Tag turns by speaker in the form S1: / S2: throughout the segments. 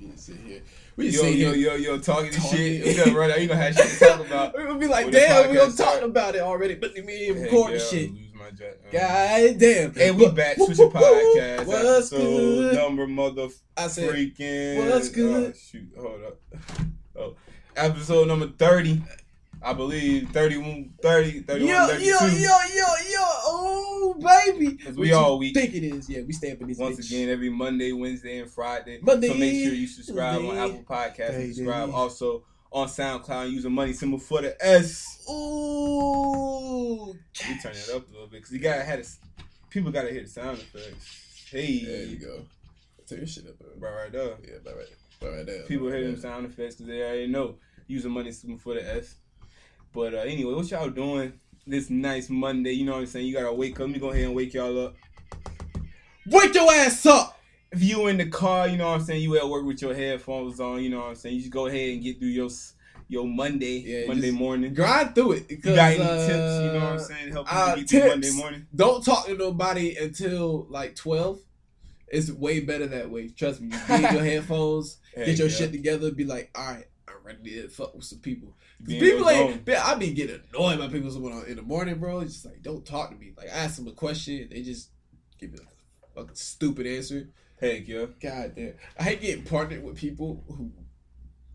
S1: finna sit here. We just
S2: Yo,
S1: sit
S2: yo,
S1: here.
S2: yo, yo, talking this
S1: Talking.
S2: shit. We gonna run out. You gonna have shit to talk about.
S1: We'll be like,
S2: When the
S1: damn, we
S2: podcast
S1: don't talk
S2: start.
S1: about it already, but me and
S2: Heck
S1: recording
S2: yeah,
S1: shit.
S2: Lose my jack. Uh,
S1: God damn.
S2: And we back to the podcast.
S1: What's
S2: episode
S1: good?
S2: number mother
S1: I said,
S2: freaking.
S1: what's good?
S2: Oh, shoot, hold up. Oh, episode number thirty, I believe 31, 30, 31,
S1: yo, yo,
S2: 32.
S1: yo, yo, yo, oh baby. What
S2: 'Cause we
S1: you
S2: all week.
S1: think it is? Yeah, we stay up in this
S2: Once
S1: bitch.
S2: again, every Monday, Wednesday, and Friday.
S1: Monday,
S2: so make sure you subscribe on
S1: Monday,
S2: Apple Podcasts. and Subscribe
S1: Friday.
S2: also on SoundCloud using money symbol for the S.
S1: Ooh,
S2: We turn it up a little bit because you gotta had a, people gotta hear the sound effects. Hey,
S1: There you go. Turn your shit up, bro.
S2: right, right there.
S1: Yeah, about right, about right there.
S2: People
S1: about
S2: hear them
S1: there.
S2: sound effects because they already know using money system for the S. But uh, anyway, what y'all doing this nice Monday? You know what I'm saying? You gotta wake up. Let me go ahead and wake y'all up.
S1: Wake your ass up.
S2: If you in the car, you know what I'm saying. You at work with your headphones on. You know what I'm saying. You just go ahead and get through your s- your Monday
S1: Yeah,
S2: Monday
S1: just
S2: morning.
S1: Grind through it.
S2: You
S1: Because,
S2: got any
S1: uh,
S2: tips? You know what I'm saying. to Help you
S1: uh,
S2: get through Monday
S1: tips.
S2: morning.
S1: Don't talk to nobody until like twelve. It's way better that way. Trust me. You get your headphones,
S2: Heck
S1: get your
S2: yeah.
S1: shit together, be like, all right, I'm ready to fuck with some people. 'Cause
S2: Being
S1: people
S2: alone.
S1: ain't. man, I be getting annoyed by people when I- in the morning, bro. It's just like, don't talk to me. Like, I ask them a question, they just give me a fucking stupid answer.
S2: Heck yeah.
S1: God damn, I hate getting partnered with people who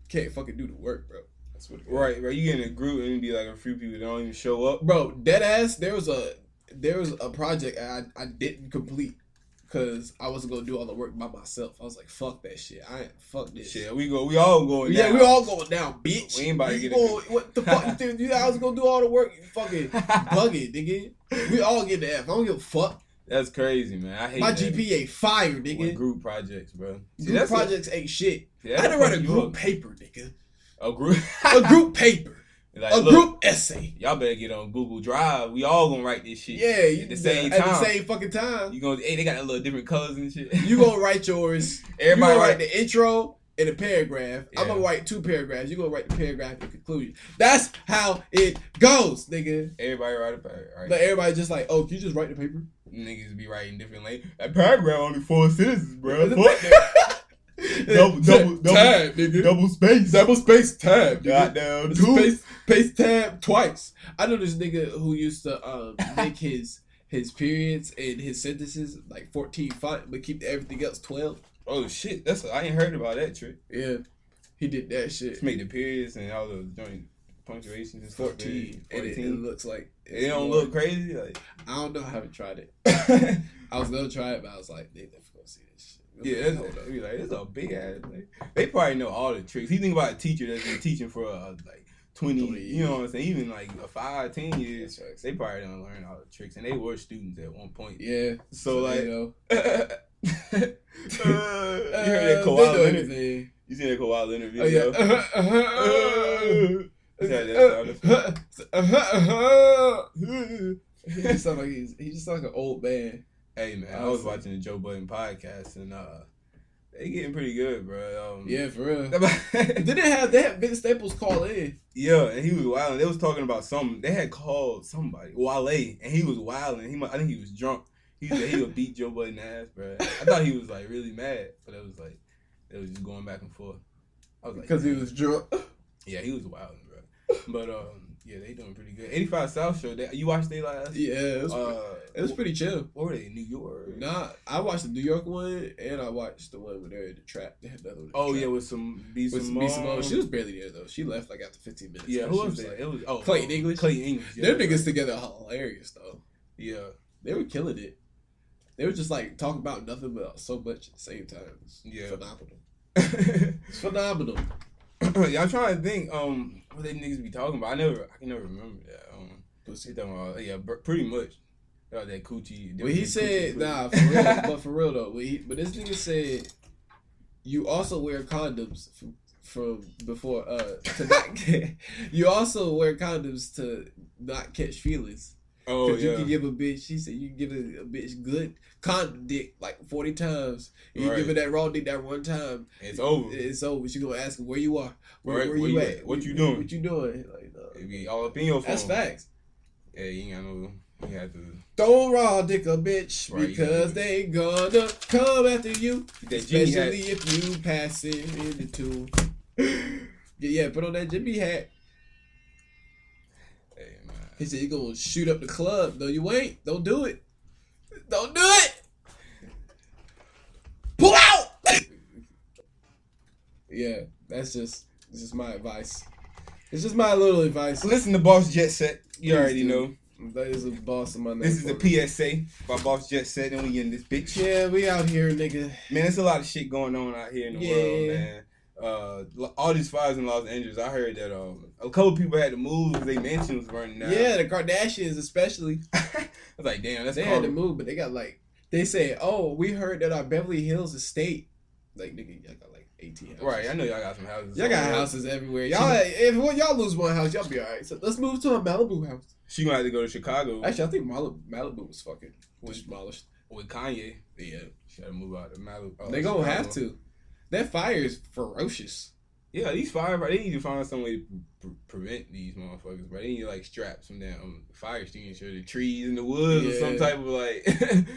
S1: can't fucking do the work, bro. That's what.
S2: Right, right. You get in a group and it be like a few people that don't even show up.
S1: bro dead ass there was a there was a project i, I didn't complete because i wasn't gonna do all the work by myself i was like fuck that shit i ain't fuck this shit
S2: Shit, we go. We all going.
S1: yeah,
S2: down.
S1: we all going down, bitch.
S2: We ain't about to
S1: You
S2: get a-
S1: going- What the fuck you think? You I was gonna do all the work. You fucking bug it, nigga. We all get the F. I don't give a fuck.
S2: That's crazy, man. I hate
S1: My
S2: that.
S1: GPA fire,
S2: With
S1: nigga. Group,
S2: group projects, bro. See, that's
S1: projects ain't shit.
S2: A, see,
S1: I
S2: that's
S1: had to write a
S2: fuck you
S1: group
S2: up.
S1: paper, nigga.
S2: A group.
S1: A group paper.
S2: like,
S1: A
S2: look,
S1: group essay.
S2: Y'all better get on Google Drive. We all gonna write this shit.
S1: Yeah, you,
S2: At the same
S1: at the
S2: time.
S1: same fucking time.
S2: You gonna? Hey, they got a little different colors and shit.
S1: You gonna write yours.
S2: Everybody
S1: you gonna
S2: write.
S1: write the intro and a paragraph. I'm
S2: Yeah.
S1: gonna write two paragraphs. You gonna write the paragraph and conclusion. That's how it goes, nigga.
S2: everybody write a paragraph. Right?
S1: But everybody's just like, oh, can you just write the paper?
S2: Niggas be writing different. Like that paragraph only four sentences, bro. Double-
S1: double,
S2: double- double-
S1: tab, nigga.
S2: Double space.
S1: Double space tab, nigga.
S2: Goddamn. Two.
S1: Space, space tab twice. I know this nigga who used to um, make his his periods and his sentences like 14 font, but keep everything else 12.
S2: Oh shit. That's I ain't heard about that trick.
S1: Yeah, he did that shit.
S2: Just make the periods and all the joint punctuations and stuff.
S1: 14, and it, it
S2: 14.
S1: looks like
S2: It don't
S1: more-
S2: look crazy. Like
S1: I don't know. I haven't tried it.
S2: yeah,
S1: I was gonna try it, but I was like, they never gonna see this shit.
S2: that's,
S1: Hold
S2: it
S1: up.
S2: be like it's a big ass. Like, they probably know all the tricks. You think about a teacher that's been teaching for uh, like twenty,
S1: 20
S2: you know what I'm saying? Even like a five, ten
S1: That's
S2: years,
S1: facts.
S2: they probably don't learn all the tricks, and they were students at one point.
S1: Yeah.
S2: So
S1: you
S2: like,
S1: know,
S2: you heard
S1: Uh,
S2: that koala? Leonard,
S1: everything.
S2: you seen that koala Leonard
S1: Oh yeah.
S2: video?
S1: Uh-huh, uh-huh, uh-huh.
S2: Is that- that's
S1: Uh-huh, uh-huh, uh-huh. He just sound like he's he just sound like an old man.
S2: Hey man, I was
S1: Honestly.
S2: watching the Joe Budden podcast, and uh, they getting pretty good, bro. Um,
S1: Yeah, for real.
S2: yeah.
S1: Did they have they had Vince Staples call in?
S2: Yeah, and he was wild. They was talking about something. They had called somebody Wale, and he was wild. And he, mu- I think he was drunk. He said he would beat Joe Budden ass, bro. I thought he was like really mad, but it was like it was just going back and forth. I was like,
S1: Because he was drunk.
S2: yeah, he was wild, bro. But um, yeah, they doing pretty good. Eighty Five South show. They, you watched they last?
S1: Yeah, it was,
S2: uh,
S1: it was pretty chill.
S2: What were they? New York.
S1: Nah, I watched the New York one and I watched the one where they're in the trap. They had another one. in the
S2: Oh
S1: trap.
S2: yeah, with some B
S1: with
S2: Simone.
S1: B. Simone. oh, She was barely there though. She left like after 15 minutes.
S2: yeah,
S1: But
S2: who
S1: she
S2: was that?
S1: like-
S2: it was oh
S1: Clayton
S2: oh,
S1: English?
S2: Clayton English. Yeah,
S1: Their
S2: that's
S1: niggas
S2: right.
S1: together are hilarious though.
S2: Yeah.
S1: They were killing it. They were just like talking about nothing but so much at the same time. It's
S2: Yeah.
S1: phenomenal. It's phenomenal.
S2: Y'all trying to think, um, what they niggas be talking about? I never, I can never remember that. Um, they
S1: Pussy.
S2: talking about, yeah, br- pretty much. About that coochie.
S1: But he
S2: coochie,
S1: said,
S2: coochie.
S1: nah, for real, but for real though. But, he, but this nigga said, you also wear condoms from, from before uh to not get, you also wear condoms to not catch feelings.
S2: oh
S1: Cause you
S2: yeah,
S1: can give a bitch. She said you can give a, a bitch good condom dick like forty times. You
S2: Right.
S1: give her that raw dick that one time.
S2: it's over. It,
S1: It's over. She gonna ask him where you are. Where,
S2: Right,
S1: where, you, at?
S2: What you
S1: What
S2: doing?
S1: you doing? Like, no.
S2: be all up in your phone.
S1: That's facts.
S2: Yeah, you ain't got no. He had to
S1: Don't raw dick a bitch
S2: Right, you
S1: because
S2: gotta do
S1: they gonna come after you.
S2: that Jimmy hat.
S1: Especially if you pass it in the two. yeah, yeah, put on that Jimmy hat.
S2: Hey
S1: He
S2: man,
S1: said, You're gonna shoot up the club. No, you ain't. Don't do it. Don't do it. Pull out. yeah, that's just this is my advice. It's just my little advice.
S2: listen to Boss Jet Set. You
S1: Please
S2: already
S1: do.
S2: know.
S1: That is a boss of my name.
S2: This is the PSA by Boss Jet Set, and we in this bitch.
S1: Yeah, we out here, nigga.
S2: Man, there's a lot of shit going on out here in the
S1: Yeah.
S2: world, man. Uh, lo- all these fires in Los Angeles. I heard that um, a couple people had to move because their mansion was burning down.
S1: Yeah, the Kardashians especially.
S2: I was like, damn, that's
S1: They had to
S2: karma.
S1: move, but they got like they say, Oh, we heard that our Beverly Hills estate like nigga, y'all got like eighteen houses.
S2: Right, I know y'all got some houses. Uh,
S1: Y'all got
S2: somewhere.
S1: houses everywhere. Y'all, if y'all lose one house, y'all be all right. So let's move to a Malibu house.
S2: She gonna have to go to Chicago
S1: Actually, I think Malibu, Malibu was fucking was demolished.
S2: with Kanye.
S1: Yeah,
S2: She gotta move out to Malibu. uh,
S1: they gonna
S2: Chicago.
S1: have to. That fire is ferocious.
S2: Yeah, these firefighters, they need to find some way to pre- prevent these motherfuckers, bro. They need to, like, strap some damn fire extinguisher to trees in the woods or some
S1: Yeah.
S2: type of, like,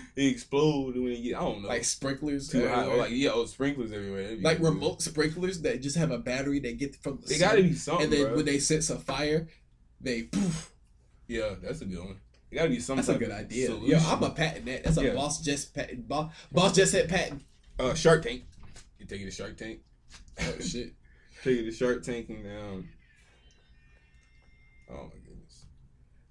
S2: they explode when they get, I don't know.
S1: Like sprinklers,
S2: too hot. Or,
S1: everywhere.
S2: like, yeah, oh, sprinklers everywhere. That'd be
S1: like
S2: cool.
S1: remote sprinklers that just have a battery that get from the
S2: They
S1: sun,
S2: gotta be something,
S1: and then
S2: bro.
S1: when they sense a fire, they poof.
S2: yeah, that's a good one. They gotta be some
S1: That's a
S2: type
S1: good
S2: of
S1: idea.
S2: solution.
S1: Yo, I'm a patent that. That's a
S2: Yeah.
S1: boss just patent. Boss, boss just said patent.
S2: uh, Shark Tank. You take it to Shark Tank.
S1: Oh shit.
S2: Take it to Shark Tank and, um, oh, my goodness.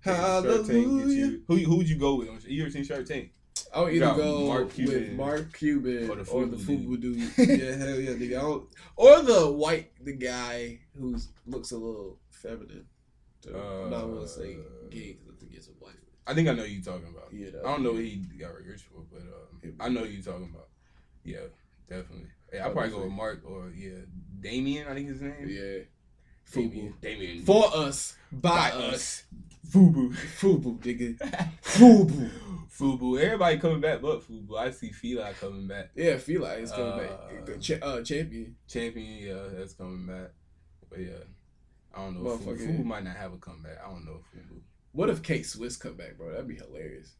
S2: Shark Tank get
S1: Hallelujah.
S2: you. Who who would you go with? on- You ever seen Shark Tank?
S1: I'll
S2: You
S1: either
S2: got
S1: go
S2: Mark
S1: with
S2: Cuban
S1: Mark Cuban
S2: or the
S1: or the
S2: Fubu
S1: Fubu dude. yeah, hell yeah, nigga. I don't, or the white, the guy who looks a little feminine. too. I'm not gonna say gay because I think it's a white.
S2: I think I know who you talking about.
S1: You know,
S2: Uh, I don't know what he got rich for, but um, I know who you talking about. Yeah, definitely. Yeah, I probably go with Mark or yeah, Damien. I think his name.
S1: Yeah, Fubu
S2: Damien. Damien.
S1: for us by,
S2: by
S1: us.
S2: us. Fubu.
S1: Fubu nigga. Fubu.
S2: Fubu. Everybody coming back, but Fubu. I see Fila coming back.
S1: Yeah, Feli is coming
S2: Uh,
S1: back. Ch- uh, champion.
S2: Champion. Yeah, that's coming back. But yeah. I don't know. if Fubu,
S1: Motherfucker.
S2: Fubu might not have a comeback. I don't know. if Fubu.
S1: What if Kate Swiss come back, bro? That'd be hilarious.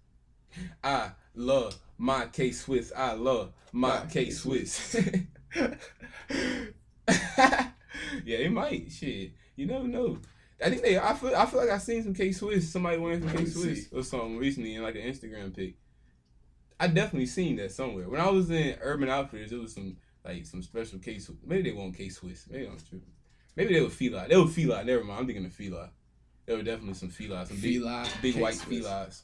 S2: I love my K Swiss. I love my
S1: My
S2: K Swiss. yeah, it might. Shit, you never know. I think they. I feel. I feel like I seen some K Swiss. Somebody wearing some
S1: Let
S2: K
S1: me
S2: Swiss or something recently in like an Instagram pic. I definitely seen that somewhere. When I was in Urban Outfitters, it was some like some special K Swiss. Maybe they weren't K Swiss. Maybe I'm tripping. Maybe they were Feli. They were Feli. Never mind. I'm thinking of Feli. There were definitely some Feli. Some big,
S1: Feli,
S2: big
S1: Kate
S2: white
S1: Swiss.
S2: felines.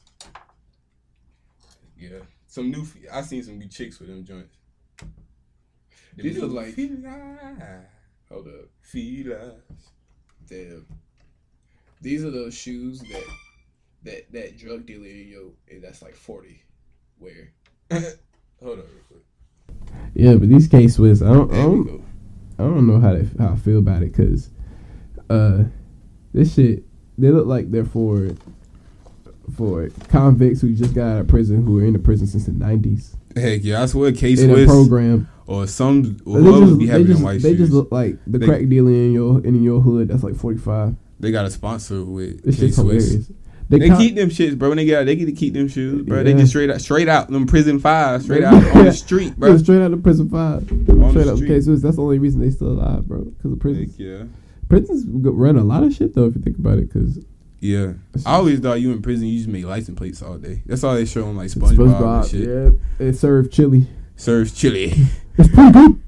S2: Yeah, some new. fe- I seen some new chicks with them joints. They
S1: These
S2: be
S1: look like-
S2: felines,
S1: Hold up.
S2: felines.
S1: Damn. These are those shoes that that that drug dealer in yo and that's like forty wear.
S2: Hold on, real quick.
S3: Yeah, but these K Swiss, I don't, I
S2: There we
S3: don't,
S2: go.
S3: I don't know how they, how I feel about it, cause, uh, this shit, they look like they're for, for convicts who just got out of prison, who were in the prison since the nineties,
S2: Heck yeah, I swear, K
S3: in a
S2: Swiss
S3: program.
S2: or some
S3: They
S2: whoever
S3: just-
S2: be
S3: they
S2: having them
S3: just-
S2: white
S3: they
S2: shoes.
S3: just look like the
S2: They-
S3: crack dealer in your in your hood. That's like forty five.
S2: they got a sponsor with
S3: This
S2: K
S3: shit's
S2: Swiss.
S3: hilarious.
S2: They,
S3: con-
S2: keep them shits, bro. When they get out, they get to keep them shoes, bro. They
S3: Yeah.
S2: just straight out, straight out them prison fives, straight out on the street,
S3: Yeah,
S2: bro.
S3: straight out of prison five.
S2: the
S3: Straight out of
S2: street.
S3: K Swiss. That's the only reason they still alive, bro. Because the
S2: Heck
S3: prisons,
S2: yeah.
S3: prisons go- run a lot of shit though. If you think about it, because
S2: Yeah, I always thought you in prison. You just make license plates all day. That's all they show on like SpongeBob, and shit.
S3: yeah, it served chili.
S2: Serves chili.
S3: It's pretty good.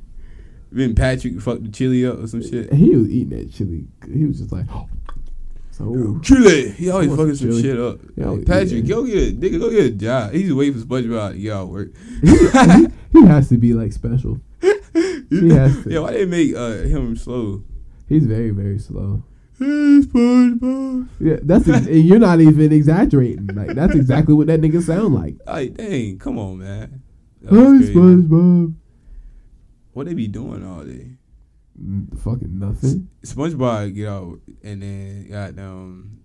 S2: Then Patrick fucked the chili up or some shit.
S3: He was eating that chili. He was just like, "Oh." so
S2: Chili. He always
S3: Who
S2: fucking
S3: wants
S2: some
S3: chili?
S2: shit up.
S3: Yeah,
S2: Like, Patrick,
S3: yeah.
S2: go get a nigga, go get a job. He's waiting for SpongeBob. to get out of work.
S3: he has to be like special. He has to.
S2: yeah, why they make uh, him slow?
S3: He's very very slow.
S2: Hey, SpongeBob.
S3: Yeah, that's ex- and you're not even exaggerating. Like that's exactly what that nigga sound like.
S2: Like, dang, come on, man. That was
S3: Hey,
S2: crazy.
S3: SpongeBob.
S2: What they be doing all day?
S3: Mm, Fucking nothing.
S2: SpongeBob get out and then goddamn.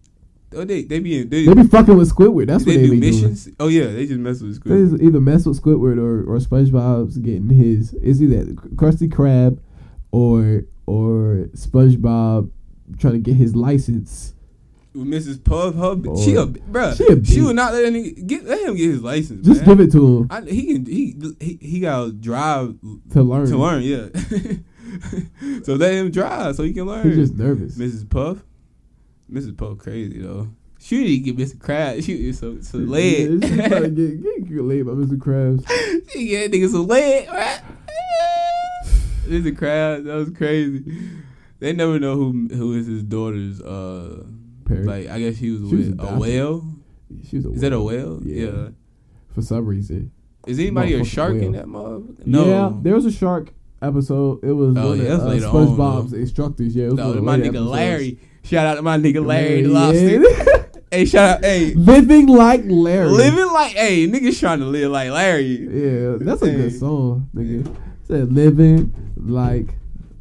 S2: Oh, they they be in,
S3: They be fucking with Squidward. That's
S2: they,
S3: what they
S2: do
S3: be
S2: missions. Oh yeah, they just mess with the
S3: doing.
S2: script.
S3: They either mess with Squidward or or SpongeBob's getting his. Is either Krusty Krab or or SpongeBob trying to get his license.
S2: with Mrs. Puff. Her, she a bro.
S3: She
S2: She,
S3: a bitch.
S2: would not let any get let him get his license.
S3: Just
S2: man.
S3: give it to him
S2: I, he can he he he got to drive
S3: to learn.
S2: to learn. Yeah. so let him drive so he can learn.
S3: He's just nervous.
S2: Mrs. Puff. Mrs. Puff crazy though. She need to get Mr. Crab. She need some some lead.
S3: Yeah, she's trying to get, get, get laid by Mr. Krabs.
S2: she get niggas some lead. Right? Mr. Crab, that was crazy. They never know who who is his daughter's. Uh,
S3: Parent.
S2: like I guess he was
S3: She was
S2: with a
S3: adopted.
S2: whale.
S3: She was a
S2: Is that a
S3: whale.
S2: whale?
S3: Yeah.
S2: Yeah.
S3: For some reason.
S2: Is anybody a
S3: Motherfucking
S2: shark in
S3: whale.
S2: that motherfucker?
S3: Yeah,
S2: No.
S3: there was a shark episode. It was
S2: Oh,
S3: one
S2: yeah,
S3: of
S2: that's
S3: uh,
S2: later on,
S3: SpongeBob's
S2: though.
S3: instructors. Yeah, it was
S2: No,
S3: one of the
S2: my
S3: later
S2: nigga
S3: episodes.
S2: Larry. Shout out to my nigga Larry the
S3: Larry,
S2: Lobster.
S3: yeah.
S2: hey, shout out. Hey,
S3: Living like Larry.
S2: living like hey, niggas trying to live like Larry.
S3: Yeah, that's a good
S2: Hey.
S3: song, nigga. Said living like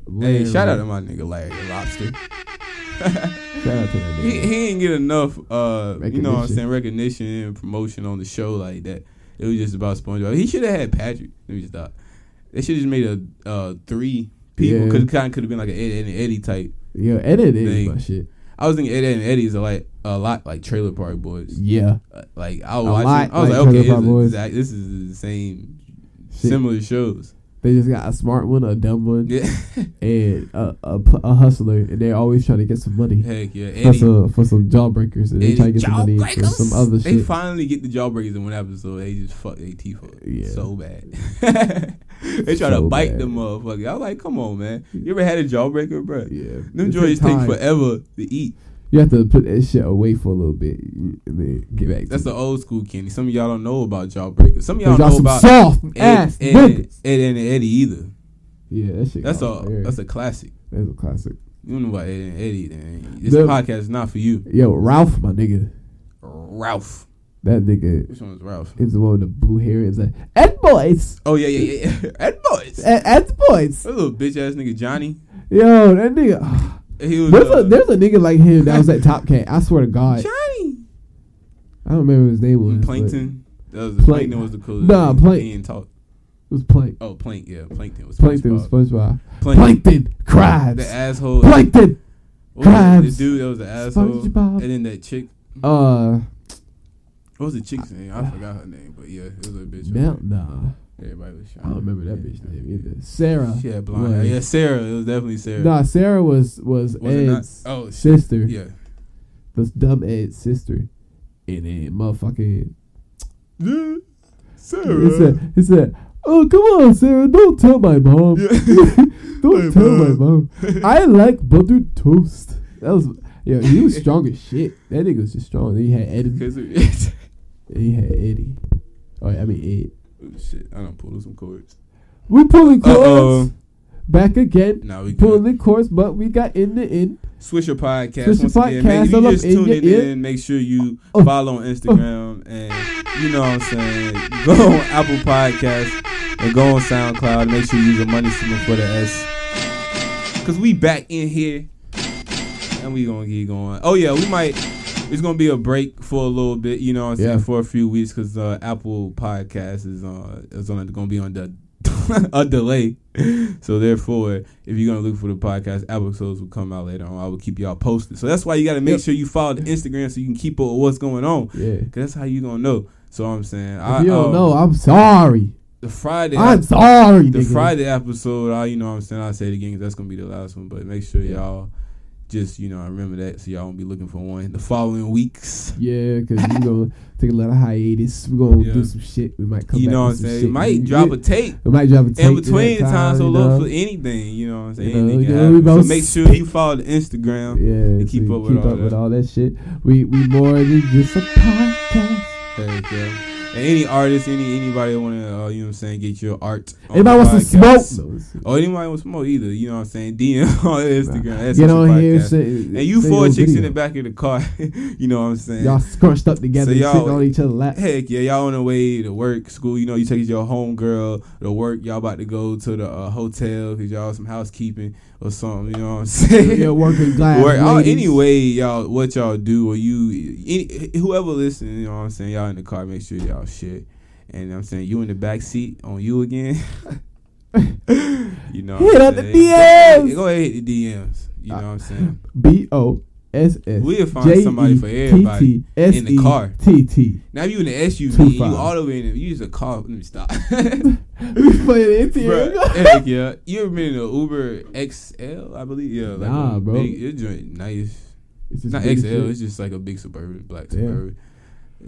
S3: Larry.
S2: Hey, shout out to my nigga Larry the Lobster.
S3: Shout out to that
S2: He
S3: nigga.
S2: he didn't get enough uh you know what I'm
S3: Recognition.
S2: saying recognition and promotion on the show like that. It was just about SpongeBob. He should have had Patrick. Let me just stop. They should have just made a uh three people
S3: Yeah.
S2: because kind of could have been like an Ed, Ed and Eddie type.
S3: Yo, edit is
S2: Thing.
S3: my shit.
S2: I was thinking Ed, Ed and Eddie's are like a lot like Trailer Park Boys.
S3: Yeah.
S2: Uh, Like I was
S3: A
S2: watching,
S3: lot
S2: I was
S3: like
S2: like,
S3: Trailer
S2: okay,
S3: Park
S2: it's
S3: Boys.
S2: exact- this is the same
S3: Shit.
S2: similar shows.
S3: They just got a smart one, a dumb one,
S2: Yeah,
S3: and a, a, pl- a hustler, and they're always trying to get some money
S2: heck yeah. Eddie,
S3: for some, for some jawbreakers, and they
S2: Eddie
S3: try to get some money for
S2: Jawbreakers.
S3: some other
S2: They
S3: shit.
S2: finally get the jawbreakers in one episode. They just fuck their teeth up
S3: Yeah.
S2: so bad. they try to
S3: So
S2: bite
S3: bad.
S2: the motherfucker. I'm like, come on, man. You ever had a jawbreaker, bro?
S3: yeah,
S2: Them
S3: It
S2: joints
S3: takes
S2: take
S3: time.
S2: forever to eat.
S3: You have to put that shit away for a little bit and then get back.
S2: That's
S3: to
S2: the
S3: it.
S2: old school candy. Some of y'all don't know about jawbreakers. Some of y'all,
S3: Cause
S2: don't
S3: y'all
S2: know
S3: some
S2: about
S3: soft
S2: Ed,
S3: ass
S2: Ed,
S3: niggas.
S2: Ed and Eddie either.
S3: Yeah, that shit.
S2: That's
S3: got
S2: a
S3: me there.
S2: that's a classic.
S3: that's a classic.
S2: You don't know about Ed and Eddie. Then. This
S3: The-
S2: podcast is not for you,
S3: Yo, Ralph, my nigga,
S2: Ralph.
S3: that nigga
S2: Which one is Ralph?
S3: is the one with the blue hair. Is like Ed boys,
S2: Oh yeah, yeah, yeah. Ed boys.
S3: Ed, Ed boys.
S2: That little bitch ass nigga Johnny.
S3: Yo, that nigga.
S2: He was
S3: There's
S2: uh,
S3: a there's a nigga like him that was at Top Cat. I swear to God,
S2: Johnny.
S3: I don't remember what his name was. but
S2: Plankton. That was
S3: Plank-
S2: Plankton was the coolest.
S3: Nah,
S2: name.
S3: Plank.
S2: He didn't talk.
S3: It was Plank.
S2: Oh, Plank. Yeah, Plankton was.
S3: Plankton was
S2: SpongeBob.
S3: SpongeBob.
S2: Plank.
S3: Plankton
S2: The
S3: crabs.
S2: asshole.
S3: Plankton.
S2: What was it?
S3: Krabs.
S2: The dude that was an asshole.
S3: SpongeBob.
S2: And then that chick.
S3: Uh,
S2: What was the chick's name? I forgot her name, but yeah, it was a bitch.
S3: no, nah.
S2: Everybody was.
S3: I don't remember that bitch
S2: Yeah.
S3: name either. Sarah.
S2: She had blonde.
S3: was-
S2: hair. Yeah, Sarah. It was definitely Sarah.
S3: Nah, Sarah was was,
S2: Was it not?
S3: Ed's
S2: Oh, shit.
S3: sister.
S2: Yeah.
S3: This dumb Ed's sister. And then motherfucking
S2: Yeah,
S3: he
S2: Sarah.
S3: said, he said, Oh come on, Sarah, don't tell my mom. don't
S2: My
S3: tell my
S2: mom."
S3: mom. I like buttered toast. That was yo, he was strong as shit. That nigga was just strong. Then he had Eddie
S2: Because it-
S3: and he had Eddie. Oh I mean Ed.
S2: Oh, shit, I done pulled some cords.
S3: We pulling cords
S2: Uh-oh.
S3: back again.
S2: Now we
S3: Pulling
S2: good.
S3: the course, but we got in the end.
S2: Switch your podcast.
S3: Swisher
S2: Once again, man, if
S3: Podcast, all
S2: you
S3: up
S2: just
S3: in your
S2: tuning
S3: ear.
S2: in, make sure you
S3: Oh.
S2: follow on Instagram and you know what I'm saying. Go on Apple Podcasts and go on SoundCloud. Make sure you use the money signal for the S. Cause we back in here and we gonna get going. Oh yeah, we might. It's gonna be a break for a little bit. You know what I'm saying
S3: Yeah.
S2: for a few weeks because uh, Apple Podcast is uh is on gonna be on the a delay. So therefore, if you're gonna look for the podcast, episodes will come out later on. I will keep y'all posted. So that's why you gotta make
S3: Yep.
S2: sure you follow the Instagram so you can keep up with what's going on.
S3: Yeah.
S2: Cause that's how you gonna know. So I'm saying, um,
S3: If you don't know, I'm sorry.
S2: the Friday,
S3: I'm sorry,
S2: the
S3: nigga.
S2: Friday episode. I, you know, what I'm saying, I will say it again 'cause that's gonna be the last one. But make sure
S3: Yeah.
S2: y'all just, you know, remember that so y'all won't be looking for one the following weeks.
S3: Yeah, because we're going to take a little hiatus. We're going to
S2: Yeah.
S3: do some shit. We might come
S2: you
S3: back
S2: know what I'm
S3: with some
S2: saying?
S3: shit.
S2: Might
S3: You-
S2: drop a
S3: you-
S2: tape.
S3: we might drop a tape
S2: In between
S3: that
S2: the time, so
S3: you
S2: look
S3: know?
S2: for anything, you know what I'm saying?
S3: You know,
S2: anything
S3: you
S2: can
S3: know,
S2: happen.
S3: we both
S2: So make sure you follow the Instagram.
S3: yeah,
S2: to keep
S3: so
S2: up with
S3: keep
S2: all
S3: up with
S2: that.
S3: all that shit. We we more than just a podcast.
S2: Heck yeah. And any artist, any anybody that wanna uh, you know what I'm saying, get your art. on
S3: Anybody
S2: the
S3: wants to
S2: podcast.
S3: smoke? No, it's-
S2: Or anybody wants to smoke either, you know what I'm saying? DM on Instagram. that's
S3: Get
S2: the
S3: on here,
S2: podcast.
S3: and
S2: And you four chicks in the back of the car, you know what I'm saying?
S3: Y'all scrunched up together,
S2: So y'all-
S3: sitting on each other's lap.
S2: Heck yeah, y'all on the way to work, school. You know, you take your home girl to work. Y'all about to go to the uh, hotel because y'all some housekeeping or something. You know what I'm saying?
S3: You're working class.
S2: Work- oh,
S3: ladies.
S2: anyway, y'all, what y'all do or you, any, whoever listening, you know what I'm saying? Y'all in the car, make sure y'all shit. And I'm saying you in the back seat on you again. you know, what
S3: Hit
S2: I'm
S3: up the
S2: saying?
S3: DMs.
S2: Go ahead, hit the DMs. You know what I'm saying?
S3: B O S S. E
S2: We'll find somebody for everybody in the car.
S3: T T.
S2: Now if you in the SUV,
S3: Two
S2: and you
S3: five.
S2: all the way in. The, you just a car. Let me stop.
S3: We playing interior.
S2: Bruh, Heck yeah. You ever been in an Uber XL? I believe. Yeah. Like
S3: Nah,
S2: a
S3: bro.
S2: Big, it joint nice.
S3: It's
S2: It's not
S3: big as
S2: XL.
S3: shit.
S2: It's just like a big suburban, black
S3: Damn.
S2: suburban.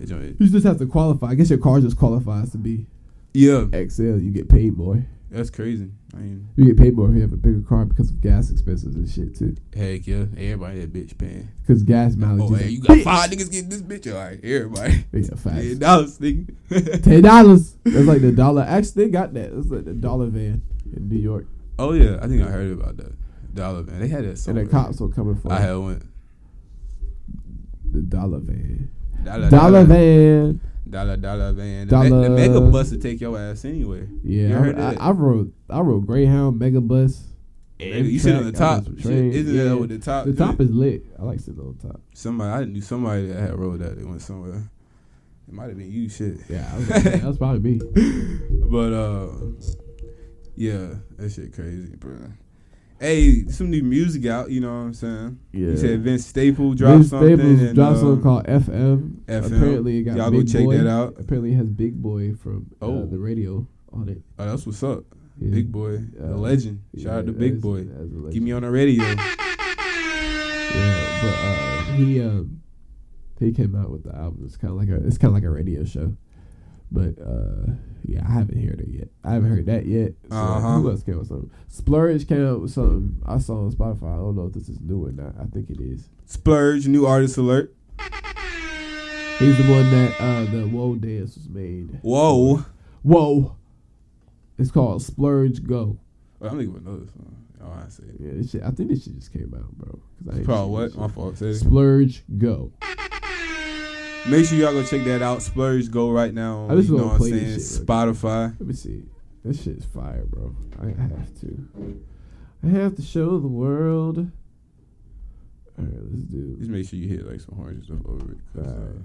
S2: It joint.
S3: You just have to qualify. I guess your car just qualifies to be
S2: Yeah,
S3: XL. You get paid more.
S2: that's crazy. I mean,
S3: You get paid more if you have a bigger car because of gas expenses and shit too.
S2: heck yeah. Everybody that bitch paying.
S3: Because gas mileage.
S2: Oh,
S3: is
S2: hey,
S3: a
S2: you got
S3: bitch.
S2: five niggas getting this bitch. All right, everybody.
S3: Yeah, facts.
S2: Ten dollars, nigga.
S3: Ten dollars. That's like the dollar. Actually, they got that. It's like the dollar van in New York,
S2: oh yeah, I think I heard about that. Dollar man, they had that.
S3: and
S2: Somewhere.
S3: the cops were coming for
S2: I had one.
S3: the dollar van.
S2: Dollar,
S3: dollar van.
S2: Dollar dollar van. The, me- the
S3: Dollar-
S2: mega bus to take your ass anywhere. You
S3: Yeah,
S2: heard
S3: I, I,
S2: that?
S3: I rode. I rode Greyhound, Mega Bus.
S2: Nigga, you sit on the
S3: Amtrak, I
S2: top.
S3: rode some
S2: Shit,
S3: trains.
S2: Isn't
S3: Yeah.
S2: that with the top?
S3: The
S2: is?
S3: top is lit. I like sitting on top.
S2: Somebody I knew somebody that had rode that. They went somewhere. It might have been you. Shit.
S3: Yeah, I was like, "Man, that's probably me.
S2: But uh, yeah, that shit crazy, bro. Hey, some new music out. You know what I'm saying?
S3: Yeah.
S2: You said Vince Staple dropped
S3: Vince
S2: something.
S3: Staples
S2: and,
S3: dropped
S2: uh,
S3: something called FM.
S2: FM.
S3: Apparently, it got
S2: Y'all go
S3: Big
S2: check
S3: Boy.
S2: that out.
S3: Apparently, it has Big Boy from uh,
S2: Oh.
S3: the radio on it.
S2: Oh, that's what's up.
S3: Yeah.
S2: Big boy, the
S3: Uh,
S2: legend. Shout out to
S3: Yeah,
S2: Big
S3: that's-
S2: boy.
S3: that's a
S2: Keep
S3: legend.
S2: me on the radio.
S3: Yeah, but uh, he um, he came out with the album. It's kind of like a it's kind of like a radio show, but uh, yeah, I haven't heard it yet. I haven't heard that yet. So
S2: Uh-huh.
S3: Who else came out with something? Splurge came out with something I saw on Spotify. I don't know if this is new or not. I think it is.
S2: Splurge, new artist alert.
S3: He's the one that uh, the Whoa dance was made.
S2: Whoa.
S3: Whoa, it's called Splurge Go.
S2: Oh, I'm thinking of another song. Oh, I see.
S3: Yeah, this shit, I think this shit just came out, bro. 'cause I ain't
S2: Probably
S3: seen this
S2: what? My
S3: shit.
S2: fault. Say it.
S3: Splurge Go.
S2: Make sure y'all go check that out. Splurge go right now.
S3: I just
S2: you know
S3: wanna
S2: what I'm
S3: play
S2: saying?
S3: this shit real
S2: Spotify.
S3: Let me see. This shit's fire, bro. I have to. I have to show the world. All right, let's
S2: Just
S3: do.
S2: make sure you hit like some horns and stuff over it. 'cause, uh,
S3: Alright.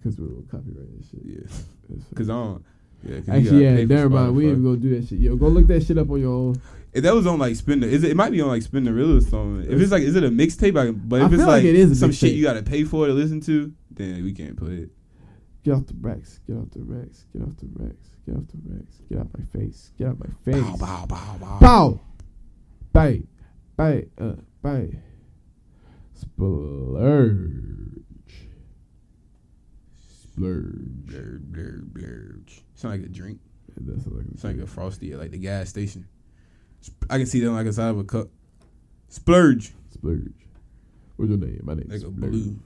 S3: Because we will copyright this shit.
S2: yeah.
S3: That's fine.
S2: Cause I don't. Yeah. 'cause you gotta
S3: Actually, yeah,
S2: pay for
S3: never mind. We
S2: Spotify.
S3: ain't even gonna do that shit. Yo, go look that shit up on your own.
S2: If that was on like spin the, is it, it might be on like spin the reel or something. If it's like, is it a mixtape? I- But
S3: I
S2: if it's
S3: feel
S2: like,
S3: like it is a
S2: some shit
S3: mixtape.
S2: you gotta pay for to listen to, then we can't play it.
S3: Get off the racks. Get off the racks. Get off the racks. Get off the racks. Get out my face. Get out my face.
S2: Bow, bow, bow, bow.
S3: Bow. Bang. Bang. Uh, bang. Splurge. Splurge.
S2: Blurge, blurge, blurge. Sound like a drink.
S3: That's like
S2: Sound like a frosty at like the gas station. Sp- I can see them like inside of a cup. Splurge.
S3: splurge. What's your name? My name
S2: Like
S3: is
S2: a
S3: Splurge.
S2: blue.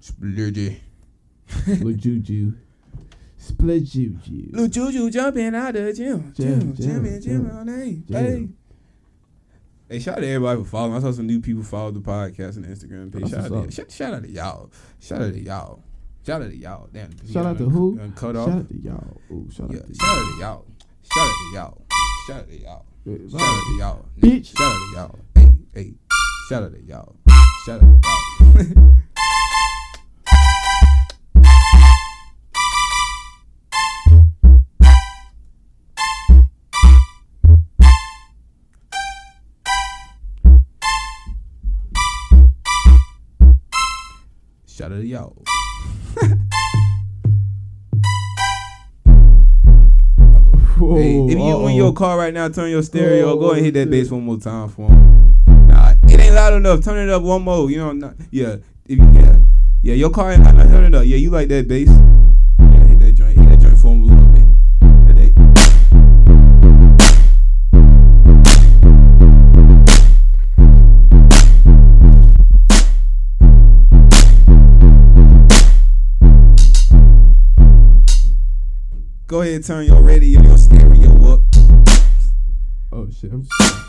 S2: Splurge.
S3: Lil Juju. Split Juju.
S2: Lil Juju jumping out the gym. Gym, gym,
S3: Jam, jam,
S2: and gym
S3: jam,
S2: all night.
S3: jam.
S2: Hey. Hey, shout out to everybody for following. I saw some new people follow the podcast and Instagram page.
S3: That's
S2: Shout out,
S3: what's
S2: to,
S3: up.
S2: shout, shout out to y'all. Shout out to y'all. Shout out to y'all. Damn. the
S3: Shout out to
S2: done-
S3: who?
S2: done Cut
S3: Shout
S2: off.
S3: out to y'all. Ooh, shout
S2: Yeah,
S3: out to
S2: shout out to y'all. Shout out to y'all. Shout out to y'all.
S3: y'all.
S2: Shout out to y'all.
S3: Bitch.
S2: Shout out to y'all. Hey, hey. Shout out to y'all. Shout out to y'all. Shout out to y'all.
S3: Whoa,
S2: Hey, if you
S3: uh-oh.
S2: in your car right now, turn your stereo.
S3: Oh,
S2: go and hit that
S3: shit.
S2: bass one more time for him. Nah, it ain't loud enough. Turn it up one more. You know, not, yeah, if you, yeah, yeah. Your car ain't loud enough. Turn it up. Yeah, you like that bass? Yeah, hit that joint. Hit that joint for him a little bit. Hit that- Go ahead, turn your radio, your stereo up.
S3: Oh shit, I'm just